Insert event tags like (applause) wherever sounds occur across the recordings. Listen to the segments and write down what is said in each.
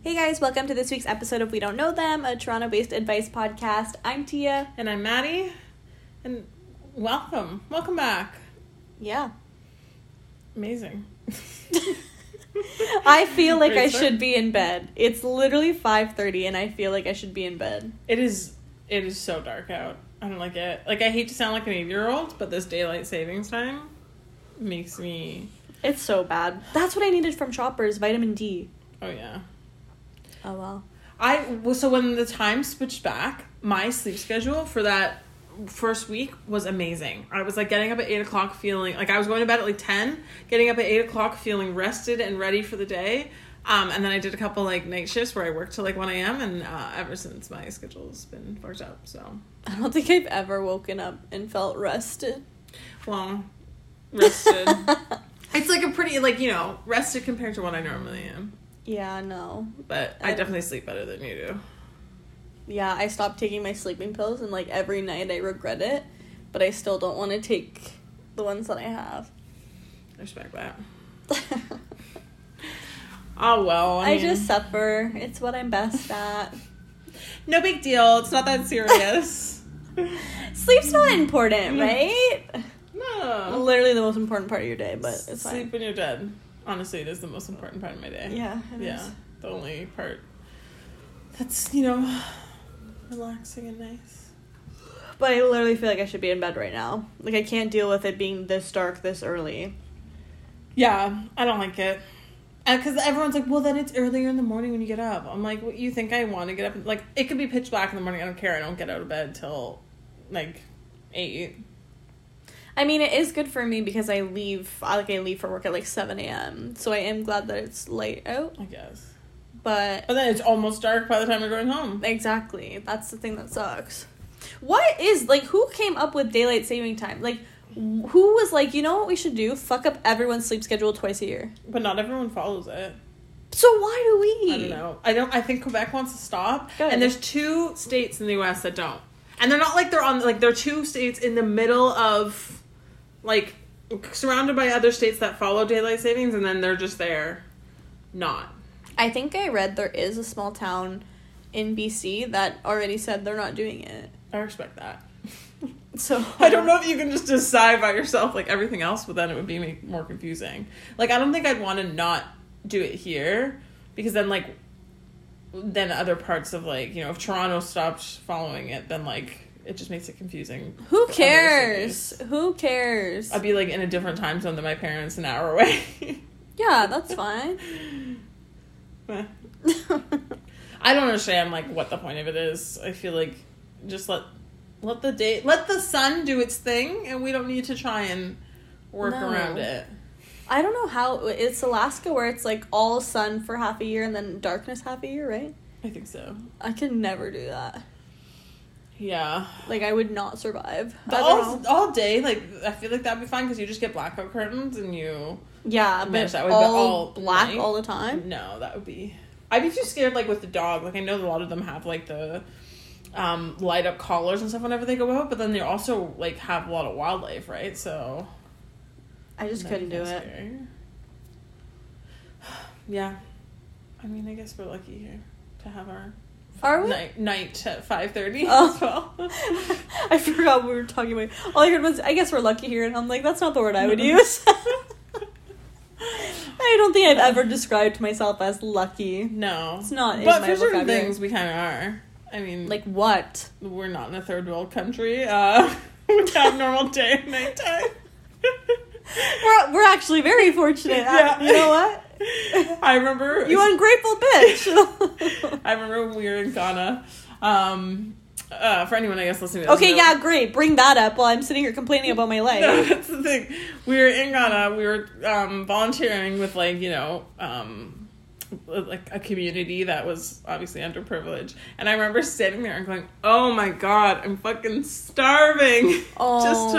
Hey guys, welcome to this week's episode of We Don't Know Them, a Toronto based advice podcast. I'm Tia. And I'm Maddie. And welcome. Welcome back. Yeah. Amazing. I feel like I Great start. should be in bed. It's literally 5:30 and I feel like I should be in bed. It is it is so dark out. I don't like it. Like I hate to sound like an eight year old, but this daylight savings time makes me It's so bad. That's what I needed from Shoppers, vitamin D. oh yeah. Oh well. I well, so when the time switched back, my sleep schedule for that first week was amazing. I was like getting up at eight o'clock, feeling like I was going to bed at like ten, getting up at eight o'clock, feeling rested and ready for the day. Um, and then I did a couple like night shifts where I worked till like one a.m. and uh, ever since my schedule's been fucked up. So, (laughs) I don't think I've ever woken up and felt rested. well, (laughs) rested. it's like a pretty like you know rested compared to what I normally am, yeah, no. but I definitely sleep better than you do. Yeah, I stopped taking my sleeping pills and like every night I regret it, but I still don't want to take the ones that I have. (laughs) I respect that. Oh well. I mean- just suffer. It's what I'm best at. No big deal. It's not (laughs) that serious. Sleep's not Mm. important, right? no. Literally the most important part of your day, but it's Sleep when you're dead. Honestly, it is the most important part of my day. fine. Yeah. it Yeah. is. The only part that's, you know, relaxing and nice. But I literally feel like I should be in bed right now. Like I can't deal with it being this dark this early. Yeah, I don't like it. Because everyone's like, well, then it's earlier in the morning when you get up. I'm like, what, you think I want to get up? Like, it could be pitch black in the morning. I don't care. I don't get out of bed till like 8. I mean, it is good for me because I leave. I like I leave for work at like seven a.m. So I am glad that it's light out. I guess. But But then it's almost dark by the time you're going home. exactly, that's the thing that sucks. What is like? Who came up with daylight saving time? Like, who was like, you know what we should do? Fuck up everyone's sleep schedule twice a year. But not everyone follows it. So why do we? I don't know. I don't. I think Quebec wants to stop, Good. and there's two states in the U.S. that don't, and they're not like they're on like they're two states in the middle of, like, surrounded by other states that follow daylight savings, and then they're just there, not. I think I read there is a small town in BC that already said they're not doing it. I respect that. So (laughs) I don't know if you can just decide by yourself like everything else, but then it would be ma- more confusing. Like I don't think I'd want to not do it here because then like then other parts of like you know if Toronto stopped following it, then like it just makes it confusing. Who for other cares? cities. Who cares? I'd be like in a different time zone than my parents, an hour away. (laughs) Yeah, that's fine. (laughs) Meh. I don't understand like what the point of it is. I feel like just let let the day let the sun do its thing, and we don't need to try and work No. around it. I don't know how it's Alaska where it's like all sun for half a year and then darkness half a year, right? I think so. I could never do that. Yeah. Like I would not survive. I But don't all, know. all day, like, I feel like that'd be fine because you just get blackout curtains and you. Yeah, but Manage that way, but all, all black night? all the time. No, that would be. I'd be too scared, like, with the dog. Like, I know a lot of them have, like, the um, light up collars and stuff whenever they go out, but then they also, like, have a lot of wildlife, right? So. I just that couldn't do becomes it. scarier. (sighs) Yeah. I mean, I guess we're lucky here to have our Are we? night, night at 5.30 Oh. as well. (laughs) (laughs) I forgot what we were talking about. All I heard was, I guess we're lucky here. And I'm like, that's not the word I would (laughs) use. I don't think I've ever described myself as lucky. No, It's not in But my for certain vocabulary. things, we kind of are. I mean, Like, what? we're not in a third world country. Uh, (laughs) we have normal day and night (laughs) time. We're, we're actually very fortunate. (laughs) Yeah. You know what? I remember. (laughs) You ungrateful bitch. (laughs) I remember when we were in Ghana. Um, uh, for anyone, I guess, listening. To this, okay, no- yeah, great. Bring that up while I'm sitting here complaining about my No, life. (laughs) that's the thing. We were in Ghana. We were um, volunteering with like you know um, like a community that was obviously underprivileged, and I remember standing there and going, "Oh my god, I'm fucking starving!" (laughs) Just Oh.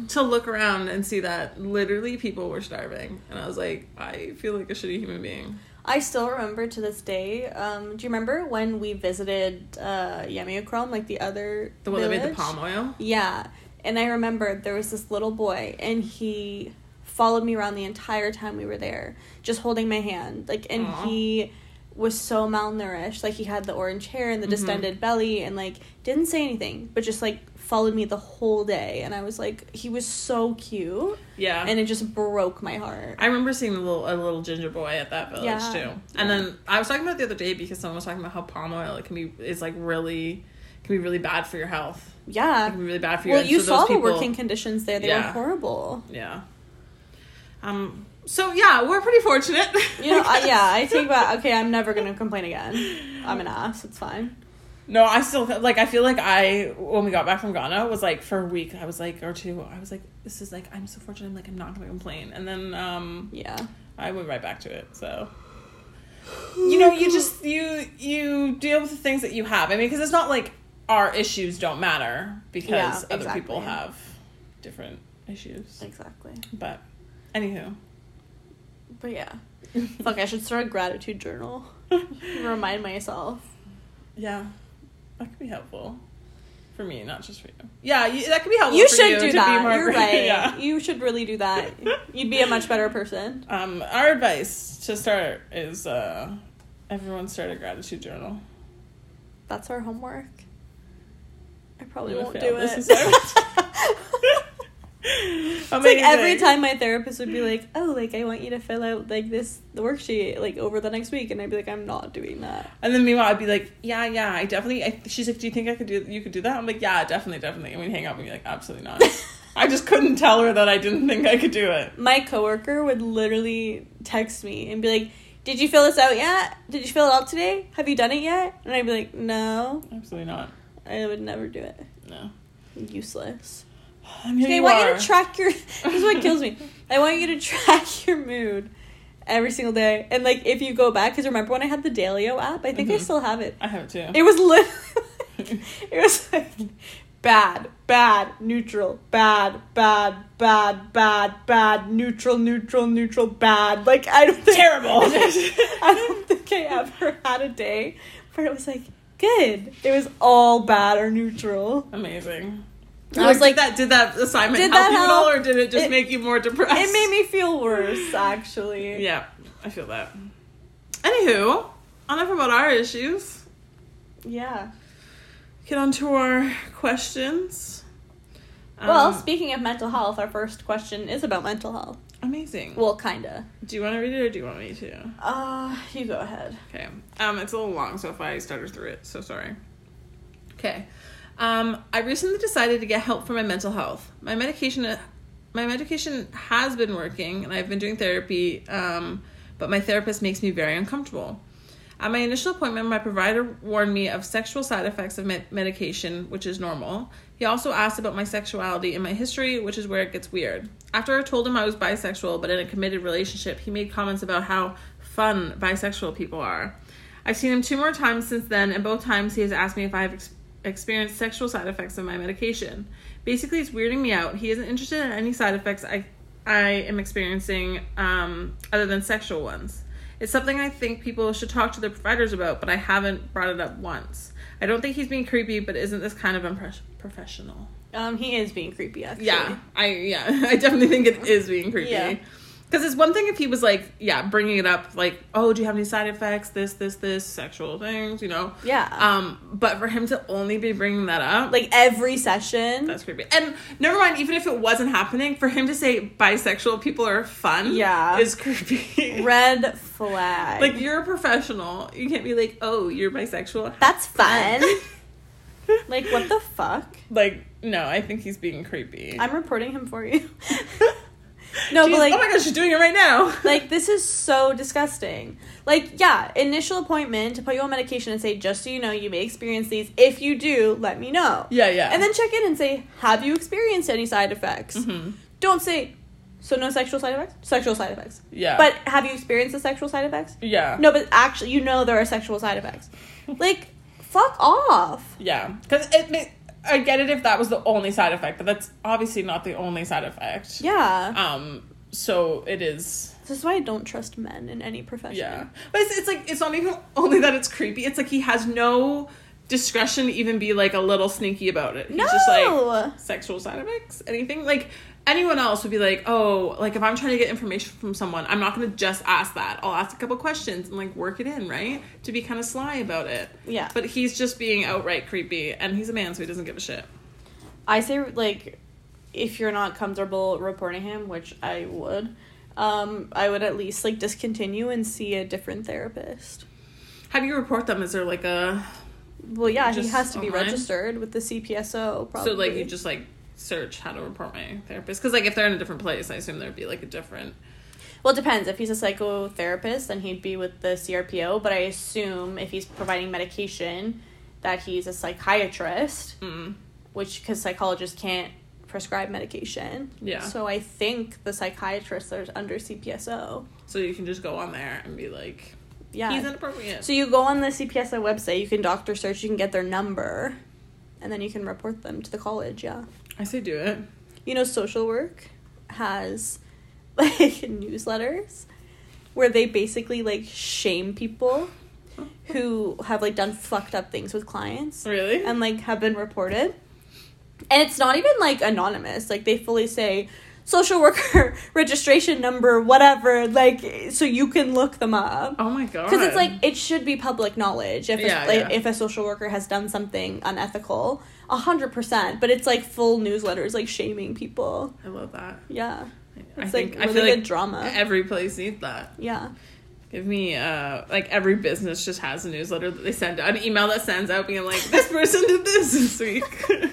to to look around and see that literally people were starving, and I was like, I feel like a shitty human being. I still remember to this day. Um, do you remember when we visited uh, Yamiokrom, like the other The one that made the village? palm oil. Yeah. And I remember there was this little boy and he followed me around the entire time we were there, just holding my hand. Like and Aw. he was so malnourished. Like he had the orange hair Mm-hmm. and the distended belly and like didn't say anything, but just like followed me the whole day and I was like he was so cute Yeah. and it just broke my heart. I remember seeing a little a little ginger boy at that village Yeah. too. And then I was talking about it the other day because someone was talking about how palm oil can be is like really can be really bad for your health. It Yeah. can be really bad for you. Well, And you so saw those the people- working conditions there. They Yeah. were horrible. Yeah. Um. So yeah, we're pretty fortunate. You know, I, yeah, I think about okay, I'm never gonna complain again. I'm an ass. It's fine. (laughs) No, I still like. I feel like I when we got back from Ghana was like for a week. I was like or two. I was like, this is like I'm so fortunate. I'm like I'm not gonna complain. And then um, Yeah, I went right back to it. So you know, you just you you deal with the things that you have. I mean, because it's not like our issues don't matter because Yeah, other people exactly. have different issues. exactly. But anywho, But yeah, (laughs) fuck, I should start a gratitude journal. Remind myself. yeah, that could be helpful. For me, not just for you. Yeah, you, that could be helpful. you for should you do to Be that. more, You're right. (laughs) Yeah. You should really do that. You'd be a much better person. Um, our advice to start is uh, everyone start a gratitude journal. That's our homework. I probably I'm won't gonna do fail it. this (laughs) it's (laughs) like Amazing. every time my therapist would be like, "Oh, like I want you to fill out like this the worksheet like over the next week," and I'd be like, "I'm not doing that." And then meanwhile, I'd be like, yeah, yeah, I definitely. I, she's like, do you think I could do? You could do that? I'm like, yeah, definitely, definitely. And we hang up and be like, absolutely not. (laughs) I just couldn't tell her that I didn't think I could do it. my coworker would literally text me and be like, "Did you fill this out yet? Did you fill it out today? Have you done it yet?" And I'd be like, "No, Absolutely not. I would never do it. No. Useless." I mean, Okay, I you want you are. to track (laughs) your. (laughs) this is what kills me. I want you to track your mood every single day, and like if you go back, because remember when I had the Dalio app? I think I Mhm. still have it. I have it too. It was literally, (laughs) it was like bad, bad, neutral, bad, bad, bad, bad, bad, neutral, neutral, neutral, bad. Like I don't think Terrible. (laughs) I don't think I ever had a day where it was like good. It was all bad or neutral. (laughs) Amazing. I was like- did that did that assignment Did help that you at all, help? or did it just It- make you more depressed? It made me feel worse, actually. Yeah, I feel that. Anywho, enough about our issues. Yeah. Get on to our questions. Um, well, speaking of mental health, our first question is about mental health. amazing. Well, Well, kinda. do you want to read it or do you want me to? Uh, you go ahead. Okay. Um, it's a little long, so if I stutter through it, so sorry. Okay. Um, I recently decided to get help for my mental health. My medication, my medication has been working, and I've been doing therapy. Um, but my therapist makes me very uncomfortable. At my initial appointment, my provider warned me of sexual side effects of med- medication, which is normal. He also asked about my sexuality and my history, which is where it gets weird. After I told him I was bisexual but in a committed relationship, he made comments about how fun bisexual people are. I've seen him two more times since then, and both times he has asked me if I have ex- experienced sexual side effects of my medication. Basically, it's weirding me out. He isn't interested in any side effects I I am experiencing um, other than sexual ones. It's something I think people should talk to their providers about, but I haven't brought it up once. I don't think he's being creepy, but isn't this kind of impres- professional? Um, he is being creepy, actually. Yeah, I yeah, (laughs) I definitely think it is being creepy. Yeah. Because it's one thing if he was like, yeah, bringing it up, like, oh, do you have any side effects? This, this, this, sexual things, you know. Yeah. Um, but for him to only be bringing that up, like every session. that's creepy. And never mind, even if it wasn't happening, for him to say bisexual people are fun, Yeah. is (laughs) creepy. red flag. Like you're a professional, you can't be like, oh, you're bisexual. (laughs) that's fun. like what the fuck? Like, no, I think he's being creepy. I'm reporting him for you. (laughs) no, She's- but like oh my gosh, she's doing it right now. like this is so disgusting. Like yeah, initial appointment to put you on medication and say just so you know you may experience these. If you do, let me know. (laughs) yeah, yeah. And then check in and say have you experienced any side effects? Mhm. Don't say so no sexual side effects? Sexual side effects. yeah, But have you experienced the sexual side effects? yeah, No, but actually, you know there are sexual side effects. Like, fuck off. yeah, because it. ma- I get it if that was the only side effect, but that's obviously not the only side effect. Yeah. Um. So it is. This is why I don't trust men in any profession. (laughs) Yeah, but it's, it's like it's not even only that it's creepy. It's like he has no discretion to even be like a little sneaky about it. He's No. just like sexual side effects, anything like anyone else would be like, oh, like if I'm trying to get information from someone, I'm not gonna just ask that. I'll ask a couple questions and like work it in, right? To be kind of sly about it. yeah. But he's just being outright creepy, and he's a man, so he doesn't give a shit. I say like if you're not comfortable reporting him, which I would, um, I would at least like discontinue and see a different therapist. How do you report them? Is there like a Well, yeah, he Just has to be online? registered with the CPSO. Probably. so like you just like search how to report my therapist? Because like if they're in a different place, I assume there'd be like a different. Well, it depends. If he's a psychotherapist, then he'd be with the CRPO. But I assume if he's providing medication, that he's a psychiatrist, Mm, which because psychologists can't prescribe medication. Yeah. So I think the psychiatrists are under CPSO. so you can just go on there and be like, Yeah. he's inappropriate. So you go on the CPSO website, you can doctor search, you can get their number, and then you can report them to the college, yeah. I say do it. You know, social work has (laughs) like newsletters where they basically like shame people who have like done fucked up things with clients Really? and like have been reported. And it's not even like anonymous. Like they fully say social worker (laughs) registration number whatever like so you can look them up oh my god. because it's like it should be public knowledge if Yeah, a, like, yeah. if a social worker has done something unethical, a hundred percent. But it's like full newsletters like shaming people. I love that. Yeah, I it's think like I really feel good like e-, drama. every place needs that. yeah, Give me uh like every business just has a newsletter that they send out, an email that sends out being like this person did this this week. (laughs)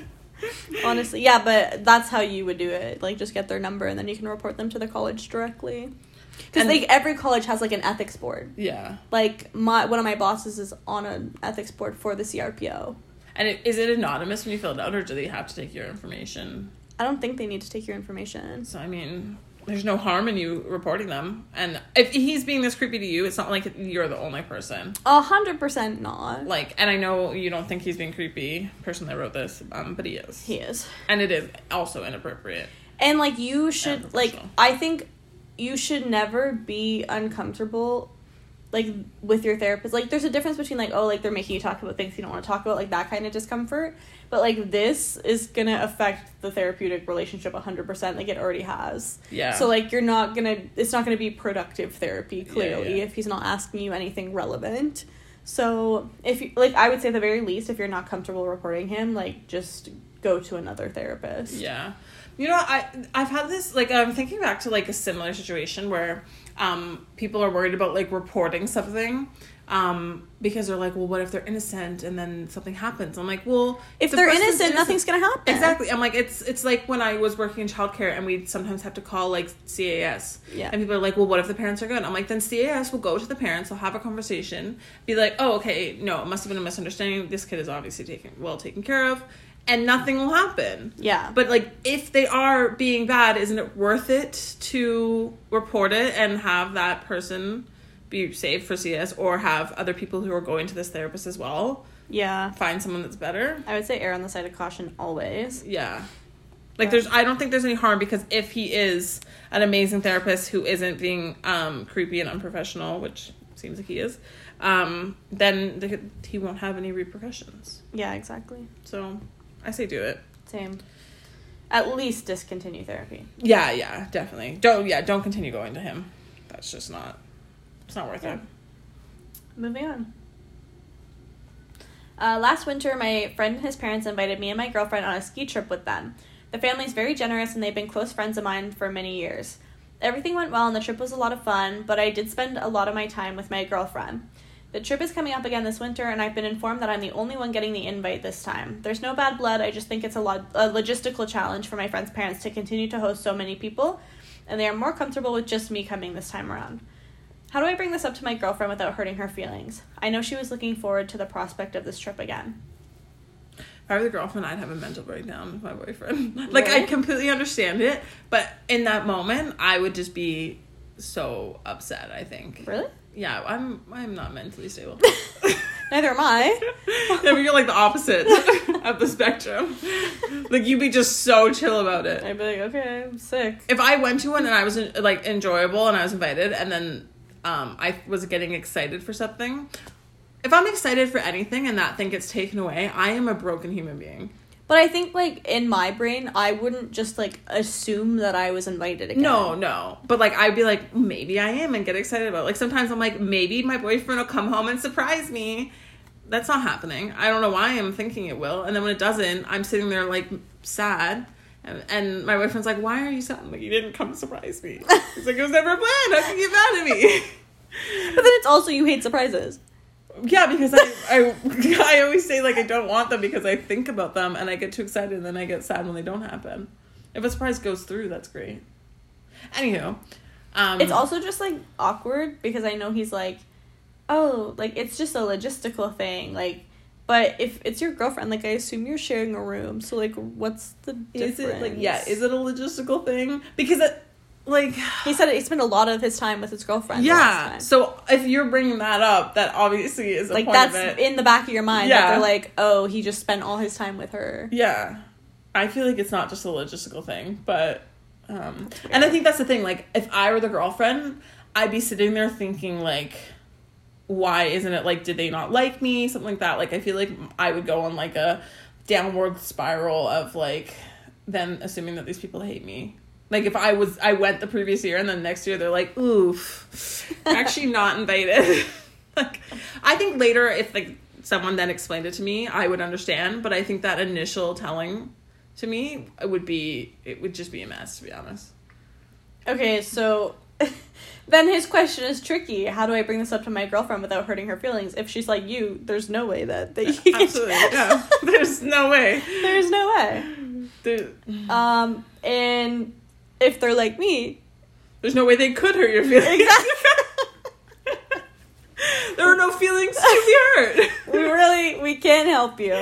honestly, yeah. But that's how you would do it. Like just get their number and then you can report them to the college directly. Because And- like every college has like an ethics board. yeah. Like my one of my bosses is on an ethics board for the CRPO. And it, is it anonymous when you fill it out, or do they have to take your information? I don't think they need to take your information. So I mean, there's no harm in you reporting them. And if he's being this creepy to you, it's not like you're the only person. A hundred percent not. Like, and I know you don't think he's being creepy, person that wrote this, um, but he is. He is. and it is also inappropriate. And like you should And like professional. I think you should never be uncomfortable like with your therapist. Like there's a difference between like oh like they're making you talk about things you don't want to talk about like that kind of discomfort, but like this is going to affect the therapeutic relationship 100% like it already has. Yeah. So like you're not going to it's not going to be productive therapy clearly yeah. if he's not asking you anything relevant. So if you like I would say at the very least if you're not comfortable reporting him like just go to another therapist. Yeah. You know, I I've had this like I'm thinking back to like a similar situation where um people are worried about like reporting something um because they're like, well, what if they're innocent and then something happens? I'm like, well, if the they're person's innocent, nothing's gonna happen. Exactly. I'm like it's it's like when I was working in childcare and we'd sometimes have to call like CAS. Yeah. And people are like, Well what if the parents are good? I'm like, then CAS will go to the parents, they'll have a conversation, be like, Oh, okay, no, it must have been a misunderstanding. This kid is obviously taken well taken care of and nothing will happen. Yeah. But like, if they are being bad, isn't it worth it to report it and have that person be saved for CS, or have other people who are going to this therapist as well yeah, find someone that's better? I would say err on the side of caution always. Yeah. Like there's, I don't think there's any harm because if he is an amazing therapist who isn't being um, creepy and unprofessional, which seems like he is, um, then the, he won't have any repercussions. Yeah, exactly. So I say do it. Same. At least discontinue therapy. Yeah, yeah, definitely. Don't yeah, don't continue going to him. That's just not it's not worth Yeah. it. Moving on. Uh, last winter, my friend and his parents invited me and my girlfriend on a ski trip with them. The family's very generous and they've been close friends of mine for many years. Everything went well and the trip was a lot of fun, but I did spend a lot of my time with my girlfriend. The trip is coming up again this winter, and I've been informed that I'm the only one getting the invite this time. There's no bad blood, I just think it's a, lot, a logistical challenge for my friend's parents to continue to host so many people, and they are more comfortable with just me coming this time around. How do I bring this up to my girlfriend without hurting her feelings? I know she was looking forward to the prospect of this trip again. If I were the girlfriend, I'd have a mental breakdown with my boyfriend. (laughs) like I Really? completely understand it, but in that moment, I would just be so upset. I think. Really? Yeah, I'm I'm not mentally stable. (laughs) Neither am I. yeah, but you're like the opposite (laughs) of (laughs) the spectrum. Like you'd be just so chill about it. I'd be like, okay, I'm sick. if I went to one and I was like enjoyable and I was invited and then um, I was getting excited for something, if I'm excited for anything and that thing gets taken away, I am a broken human being. But I think like in my brain, I wouldn't just like assume that I was invited again. (laughs) No, no. But like I'd be like, maybe I am and get excited about it. Like sometimes I'm like, maybe my boyfriend will come home and surprise me. That's not happening. I don't know why I'm thinking it will. And then when it doesn't, I'm sitting there like sad. And, and my boyfriend's like, why are you sad? I'm like, you didn't come surprise me. He's like, it was never a plan. How can you get mad at me? (laughs) But then it's also you hate surprises. Mm-hmm. Yeah, because I, I (laughs) I always say like I don't want them because I think about them and I get too excited and then I get sad when they don't happen. If a surprise goes through, that's great. Anywho, um, It's also just like awkward because I know he's like, oh, like it's just a logistical thing. Like, but if it's your girlfriend, like I assume you're sharing a room. So like, what's the difference? is it like yeah is it a logistical thing because it like He said he spent a lot of his time with his girlfriend. Yeah. yeah so if you're bringing that up that obviously is a like point of that's it. in the back of your mind that Yeah. they're like, oh, he just spent all his time with her. Yeah. I feel like it's not just a logistical thing, but um and I think that's the thing, like if I were the girlfriend, I'd be sitting there thinking like why isn't it like did they not like me? Something like that. Like I feel like I would go on like a downward spiral of like then assuming that these people hate me. Like if I was I went the previous year and then next year they're like, oof, you're actually not invited. (laughs) like I think later if like someone then explained it to me, I would understand. But I think that initial telling to me it would be it would just be a mess to be honest. Okay, so (laughs) then his question is tricky. How do I bring this up to my girlfriend without hurting her feelings? If she's like you, there's no way that (laughs) they Absolutely, no. There's no way. (laughs) there's no way. There, Um, and if they're like me, there's no way they could hurt your feelings. there are no feelings to be hurt. we really we can't help you.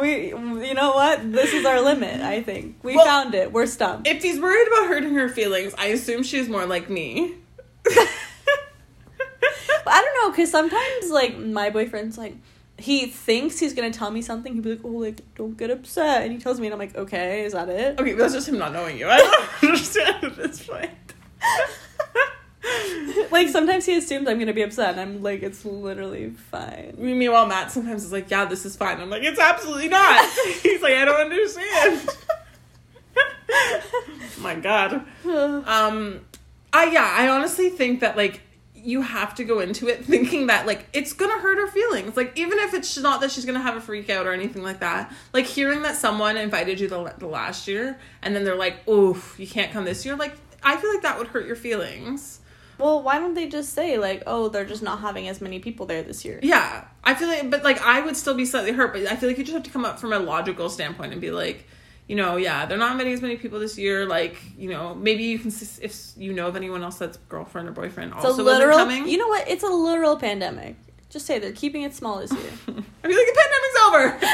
We you know what? This is our limit, I think. We Well- found it. We're stumped. If he's worried about hurting her feelings, I assume she's more like me. But I don't know, because sometimes, like, my boyfriend's like, he thinks he's gonna tell me something. He'd be like, oh, like, don't get upset. And he tells me, and I'm like, okay, is that it? Okay, that's just him not knowing you. I don't understand at this point. like, sometimes he assumes I'm gonna be upset, and I'm like, it's literally (sighs) fine. Meanwhile, Matt sometimes is like, "Yeah, this is fine." I'm like, "It's absolutely not." He's like, "I don't understand." My God. Um, I yeah, I honestly think that like you have to go into it (laughs) thinking that like it's gonna hurt her feelings. Like even if it's not that she's gonna have a freak out or anything like that. Like hearing that someone invited you the, the last year and then they're like, "Oof, you can't come this year." Like I feel like that would hurt your feelings. well, why don't they just say, like, oh, they're just not having as many people there this year? Yeah, I feel like, but like I would still be slightly hurt, but I feel like you just have to come up from a logical standpoint and be like, you know, yeah, they're not meeting as many people this year. Like, you know, maybe you can s- if you know of anyone else that's girlfriend or boyfriend It's also a isn't literal, coming. you know what? It's a literal pandemic. Just say they're keeping it small this (laughs) year. I feel like the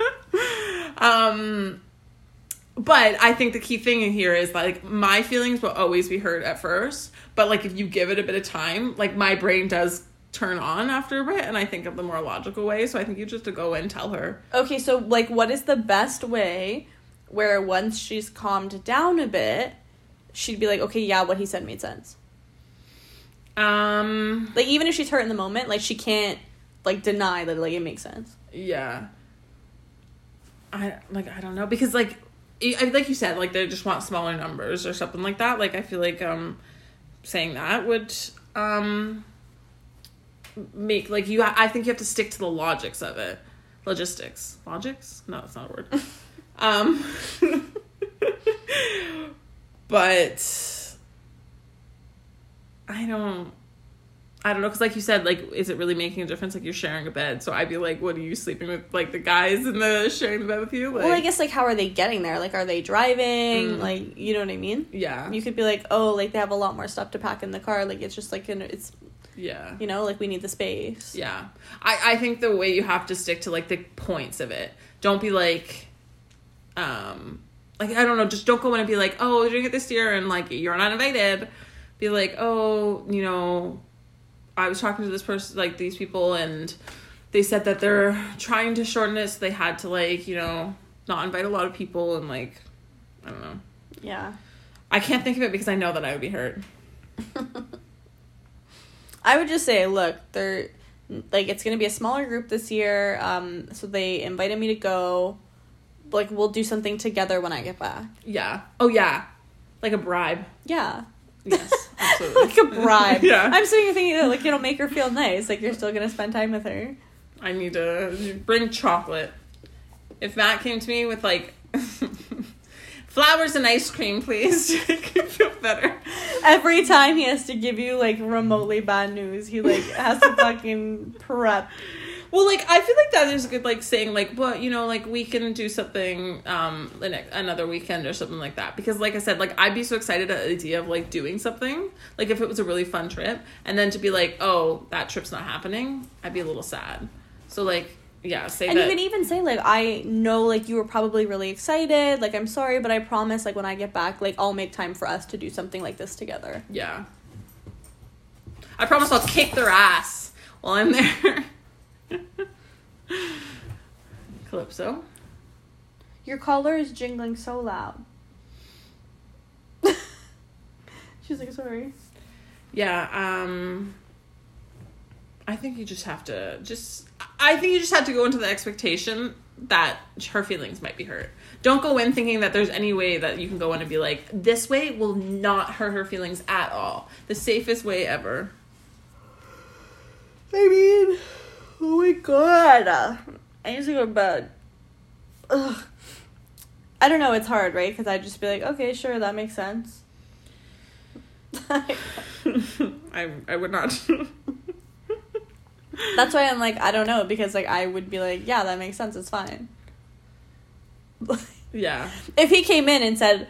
pandemic's over. um, but I think the key thing in here is like my feelings will always be hurt at first, but like if you give it a bit of time, like my brain does turn on after a bit, and I think of the more logical way. So I think you just have to go in and tell her. Okay, so like, what is the best way where once she's calmed down a bit, she'd be like, okay, yeah, what he said made sense. Um. Like, even if she's hurt in the moment, like she can't like deny that like it makes sense. Yeah. I like. I don't know because like, I I- like you said, like they just want smaller numbers or something like that. Like I feel like um, saying that would um. Make like you. I think you have to stick to the logics of it. Logistics. Logics. No, it's (laughs) not a word. um. but I don't. I don't know, because like you said, like, is it really making a difference? Like, you're sharing a bed, so I'd be like, what are you sleeping with? Like the guys in the sharing the bed with you? Like, well, I guess like how are they getting there? Like, are they driving? Mm. Like, you know what I mean? yeah, You could be like, oh, like they have a lot more stuff to pack in the car. Like it's just like an, it's yeah, you know like we need the space. yeah. I I think the way you have to stick to like the points of it. Don't be like, um, like I don't know, just don't go in and be like, oh, you're doing it this year, and like you're not invited. Be like, oh, you know, I was talking to this person, like these people, and they said that they're trying to shorten it, so they had to like, you know, not invite a lot of people, and like, I don't know. yeah. I can't think of it because I know that I would be hurt. I would just say, look, they're like it's going to be a smaller group this year um so they invited me to go like we'll do something together when i get back Yeah. Oh yeah. Like a bribe. yeah (laughs) Yes. Absolutely. like a bribe (laughs) Yeah. i'm sitting here thinking that like it'll make her feel nice like you're still going to spend time with her I need to bring chocolate. If Matt came to me with like (laughs) flowers and ice cream, please, (laughs) I could feel better. every time he has to give you like remotely bad news he like has to fucking prep Well, like I feel like that is a good like saying like, well, you know, like we can do something um the next, another weekend or something like that. Because like I said, like I'd be so excited at the idea of like doing something. Like if it was a really fun trip, and then to be like, oh, that trip's not happening, I'd be a little sad. So like, yeah, say and that. you can even say like i know like you were probably really excited like i'm sorry but i promise like when i get back like i'll make time for us to do something like this together Yeah. I promise I'll kick their ass while I'm there. (laughs) Calypso. Your collar is jingling so loud. (laughs) She's like, sorry. Yeah, um I think you just have to just I think you just have to go into the expectation that her feelings might be hurt. Don't go in thinking that there's any way that you can go in and be like, this way will not hurt her feelings at all. The safest way ever. (laughs) I mean, oh my god. I need to go to bed. Ugh. I don't know, it's hard, right? Because I'd just be like, okay, sure, that makes sense. (laughs) That's I I would not. (laughs) why I'm like, I don't know, because like I would be like, yeah, that makes sense, it's fine. (laughs) yeah. if he came in and said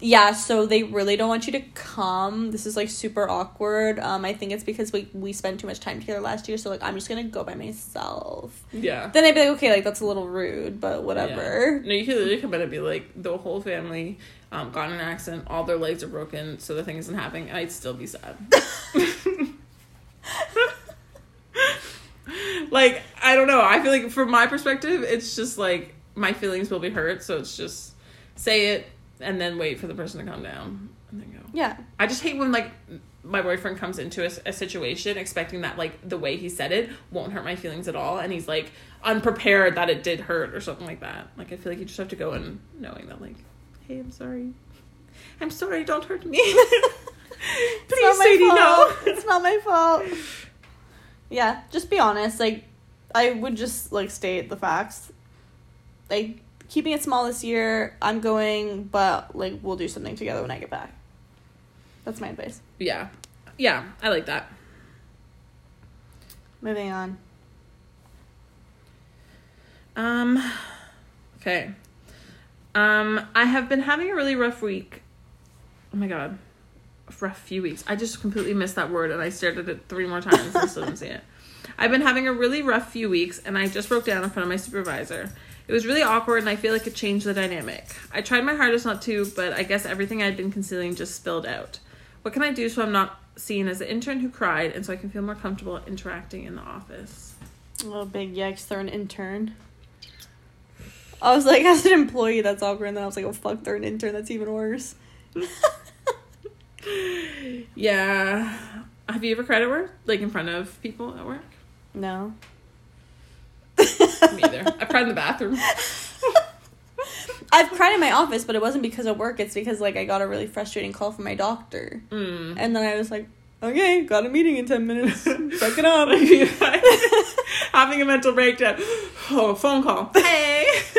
yeah so they really don't want you to come this is like super awkward um i think it's because we we spent too much time together last year so like i'm just gonna go by myself Yeah. then i'd be like okay like that's a little rude but whatever Yeah. No, you could literally come in and be like, the whole family um, got in an accident, all their legs are broken, so the thing isn't happening, and I'd still be sad. like, I don't know. I feel like, from my perspective, it's just like my feelings will be hurt, so it's just say it and then wait for the person to calm down and then go. yeah, I just hate when like my boyfriend comes into a, s- a situation expecting that like the way he said it won't hurt my feelings at all, and he's like unprepared that it did hurt or something like that. Like I feel like you just have to go in knowing that like, hey, I'm sorry, I'm sorry, don't hurt me. (laughs) It's Please, Sadie, (laughs) no. fault. it's not my fault yeah just be honest like i would just like state the facts like keeping it small this year i'm going but like we'll do something together when i get back that's my advice Yeah, yeah, I like that. moving on Um, okay. Um, I have been having a really rough week. Oh my god, rough few weeks. I just completely missed that word, and I stared at it three more times and still didn't see it. I've been having a really rough few weeks, and I just broke down in front of my supervisor. It was really awkward, and I feel like it changed the dynamic. I tried my hardest not to, but I guess everything I'd been concealing just spilled out. What can I do so I'm not seen as the intern who cried, and so I can feel more comfortable interacting in the office? Oh, big yikes, they're an intern. I was like, (laughs) as an employee, that's awkward. And then I was like, oh, fuck, they're an intern. That's even worse. Yeah. Have you ever cried at work? Like in front of people at work? No. (laughs) Me either. I cried in the bathroom. I've cried in my office, but it wasn't because of work. It's because, like, I got a really frustrating call from my doctor. Mm. And then I was like, okay, got a meeting in 10 (laughs) minutes. Suck it up. (laughs) Having a mental breakdown. Oh, phone call. Hey. (laughs)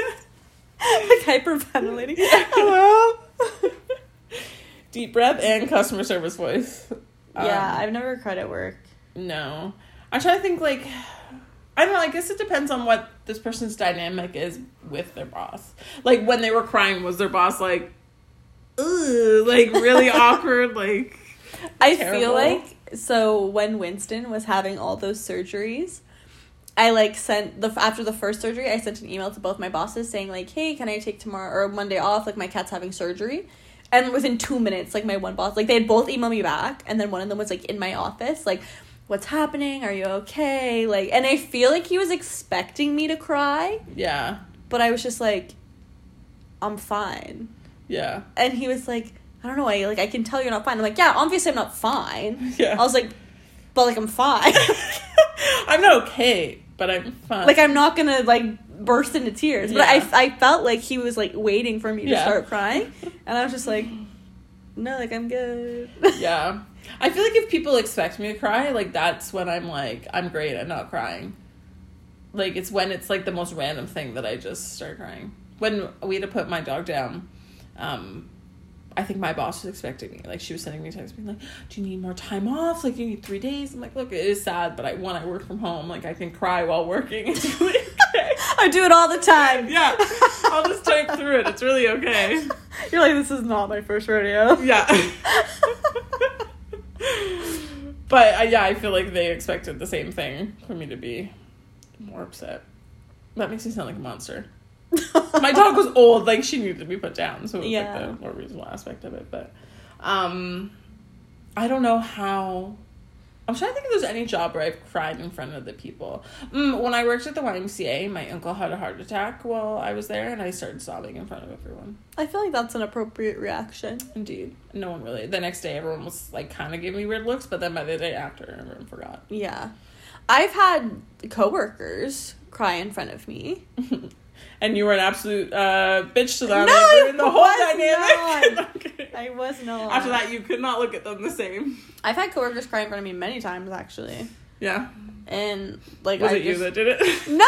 like, hyperventilating. (laughs) (laughs) Hello? Deep breath and customer service voice. Um, yeah, I've never cried at work. No. I'm trying to think like (sighs) I don't know, I guess it depends on what this person's dynamic is with their boss. Like when they were crying, was their boss like Ugh, like really awkward, like I feel Terrible. like so when Winston was having all those surgeries, I like sent the after the first surgery, I sent an email to both my bosses saying like, "Hey, can I take tomorrow or Monday off? Like my cat's having surgery." And within 2 minutes, like my one boss, like they had both emailed me back and then one of them was like in my office like, "What's happening? Are you okay?" Like and I feel like he was expecting me to cry, Yeah. but I was just like, "I'm fine." Yeah. And he was like, I don't know why. Like, I can tell you're not fine. I'm like, yeah, obviously I'm not fine. Yeah. I was like, but like I'm (laughs) fine. I'm not okay, but I'm fine. like I'm not gonna like burst into tears. Yeah. But I I felt like he was like waiting for me to Yeah. start (laughs) crying, and I was just like, no, like I'm good. yeah. I feel like if people expect me to cry, like that's when I'm like, I'm great, I'm not crying. Like it's when it's like the most random thing that I just start crying. When we had to put my dog down, um, I think my boss was expecting me. Like she was sending me texts being like, Do you need more time off? Like you need three days? I'm like, look, it is sad, but I when I work from home, like I can cry while working (laughs) and do it. okay." (laughs) I do it all the time. yeah. I'll just type through it. It's really okay. (laughs) You're like, this is not my first (laughs) rodeo. Yeah. but uh, yeah, I feel like they expected the same thing for me to be more upset. That makes me sound like a monster. My dog was old; like she needed to be put down, so it was Yeah. like the more reasonable aspect of it. But um, I don't know how. I'm trying to think if there's any job where I've cried in front of the people. Mm, when I worked at the YMCA, my uncle had a heart attack while I was there, and I started sobbing in front of everyone. I feel like that's an appropriate reaction. Indeed. No one really. The next day, everyone was like kind of giving me weird looks, but then by the day after, everyone forgot. (laughs) Yeah. I've had coworkers cry in front of me. and you were an absolute uh, bitch to them. No, like, I ruined the whole was dynamic. (laughs) Okay. I was not. after that, you could not look at them the same. I've had coworkers cry in front of me many times actually, Yeah. and like Was I it you just- that did it? (laughs) no.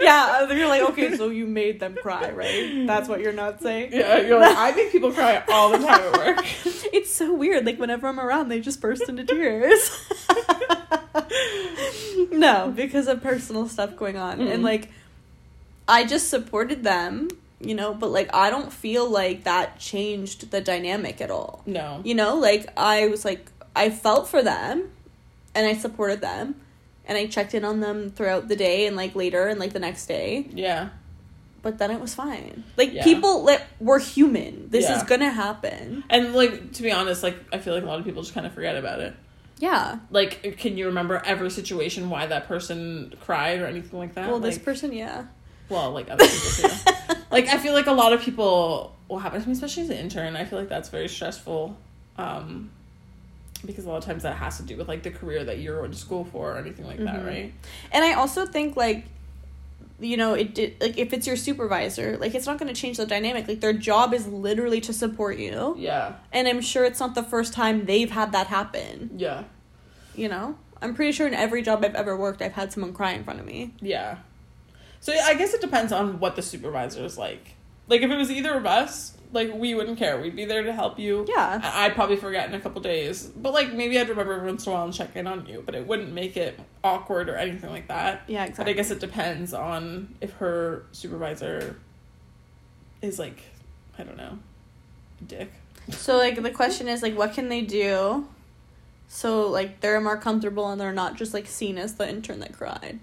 yeah, uh, they're like, okay, so you made them cry, right? That's what you're not saying. yeah, (laughs) you're like, I make people cry all the time at work. It's so weird. Like whenever I'm around, they just burst into tears. (laughs) no, because of personal stuff going on, Mhm. and like, I just supported them, you know. But like, I don't feel like that changed the dynamic at all. no. You know, like I was like I felt for them, and I supported them, and I checked in on them throughout the day and like later and like the next day Yeah. but then it was fine. Like Yeah. people that we're human. This Yeah. is gonna happen. And like to be honest, like I feel like a lot of people just kind of forget about it. Yeah. Like, can you remember every situation why that person cried or anything like that? Well, this Like- person, yeah. Well, like other people too. like I feel like a lot of people will happen to me, especially as an intern. I feel like that's very stressful, um, because a lot of times that has to do with like the career that you're in school for or anything like that, Mhm. right? (laughs) And I also think like, you know, it did like if it's your supervisor, like it's not gonna change the dynamic. Like their job is literally to support you, Yeah, and I'm sure it's not the first time they've had that happen. yeah, You know, I'm pretty sure in every job I've ever worked, I've had someone cry in front of me. yeah. So I guess it depends on what the supervisor is like. Like if it was either of us, like we wouldn't care. We'd be there to help you. Yeah. I- I'd probably forget in a couple days, but like maybe I'd remember every once in a while and check in on you, but it wouldn't make it awkward or anything like that. Yeah, But I exactly. guess it depends on if her supervisor is like, I don't know, a dick. So like the question is like what can they do so like they're more comfortable and they're not just like seen as the intern that cried.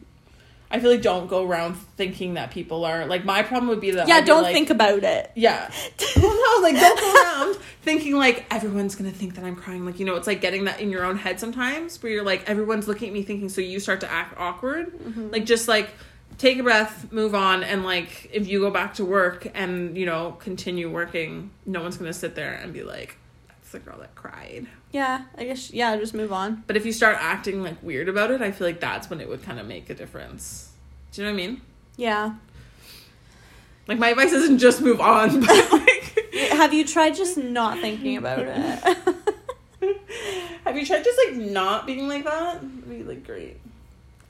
I feel like don't go around thinking that people are like. My problem would be that. Yeah, I'd be don't like- think about it. Yeah. (laughs) Well, no, like don't go around thinking like everyone's gonna think that I'm crying. Like you know, it's like getting that in your own head sometimes, where you're like everyone's looking at me thinking, so you start to act awkward. Like just like take a breath, move on, and like if you go back to work and you know continue working, no one's gonna sit there and be like, that's the girl that cried. Yeah, I guess yeah, just move on. But if you start acting like weird about it, I feel like that's when it would kind of make a difference. Do you know what I mean? Yeah. Like my advice isn't just move on, (laughs) but like. Have you tried just not thinking about (laughs) it? (laughs) Have you tried just like not being like that? It'd be like great.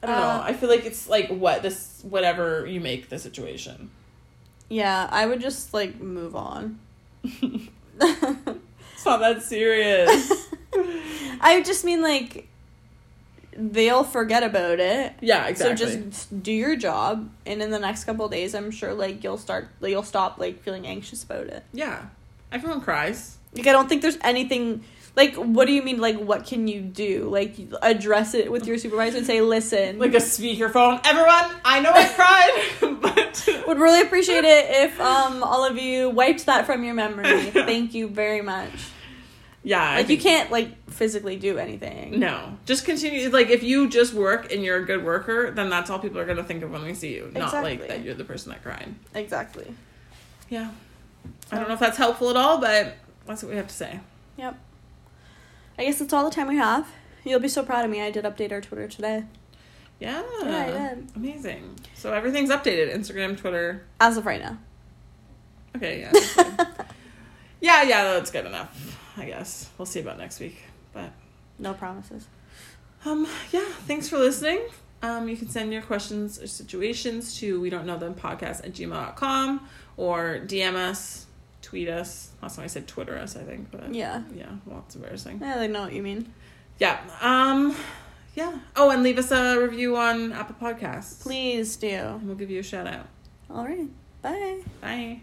I don't Uh, know. I feel like it's like what this whatever you make the situation. (laughs) yeah, I would just like move (laughs) on. It's not that serious. (laughs) I just mean like they'll forget about it. yeah, exactly. So just do your job and in the next couple of days I'm sure like you'll start like, you'll stop like feeling anxious about it. yeah. Everyone cries. Like I don't think there's anything like what do you mean like what can you do? Like address it with your supervisor and say, "Listen, Like a speakerphone. Everyone, I know I cried, (laughs) (laughs) but Would really appreciate it if um all of you wiped that from your memory. Thank you very much. yeah, I Like you think- can't like physically do anything. No, just continue. Like if you just work and you're a good worker, then that's all people are gonna think of when they see you. Not like Exactly. that you're the person that cried. Exactly. Yeah. I don't know if that's helpful at all, but that's what we have to say. Yep. I guess that's all the time we have. You'll be so proud of me. I did update our Twitter today. Yeah. Yeah, I did. Amazing. So everything's updated Instagram, Twitter. As of right now. Okay, yeah. that's good. yeah, yeah, that's good enough, I guess. We'll see about next week. But No promises. um yeah, thanks for listening. Um, you can send your questions or situations to we don't know them podcast at gmail.com or DM us, tweet us. Last time I said Twitter us, I think, but Yeah. yeah, well it's embarrassing. Yeah, they know what you mean. Yeah. Um yeah. Oh, and leave us a review on Apple Podcasts. Please do. And we'll give you a shout out. All right. Bye. Bye.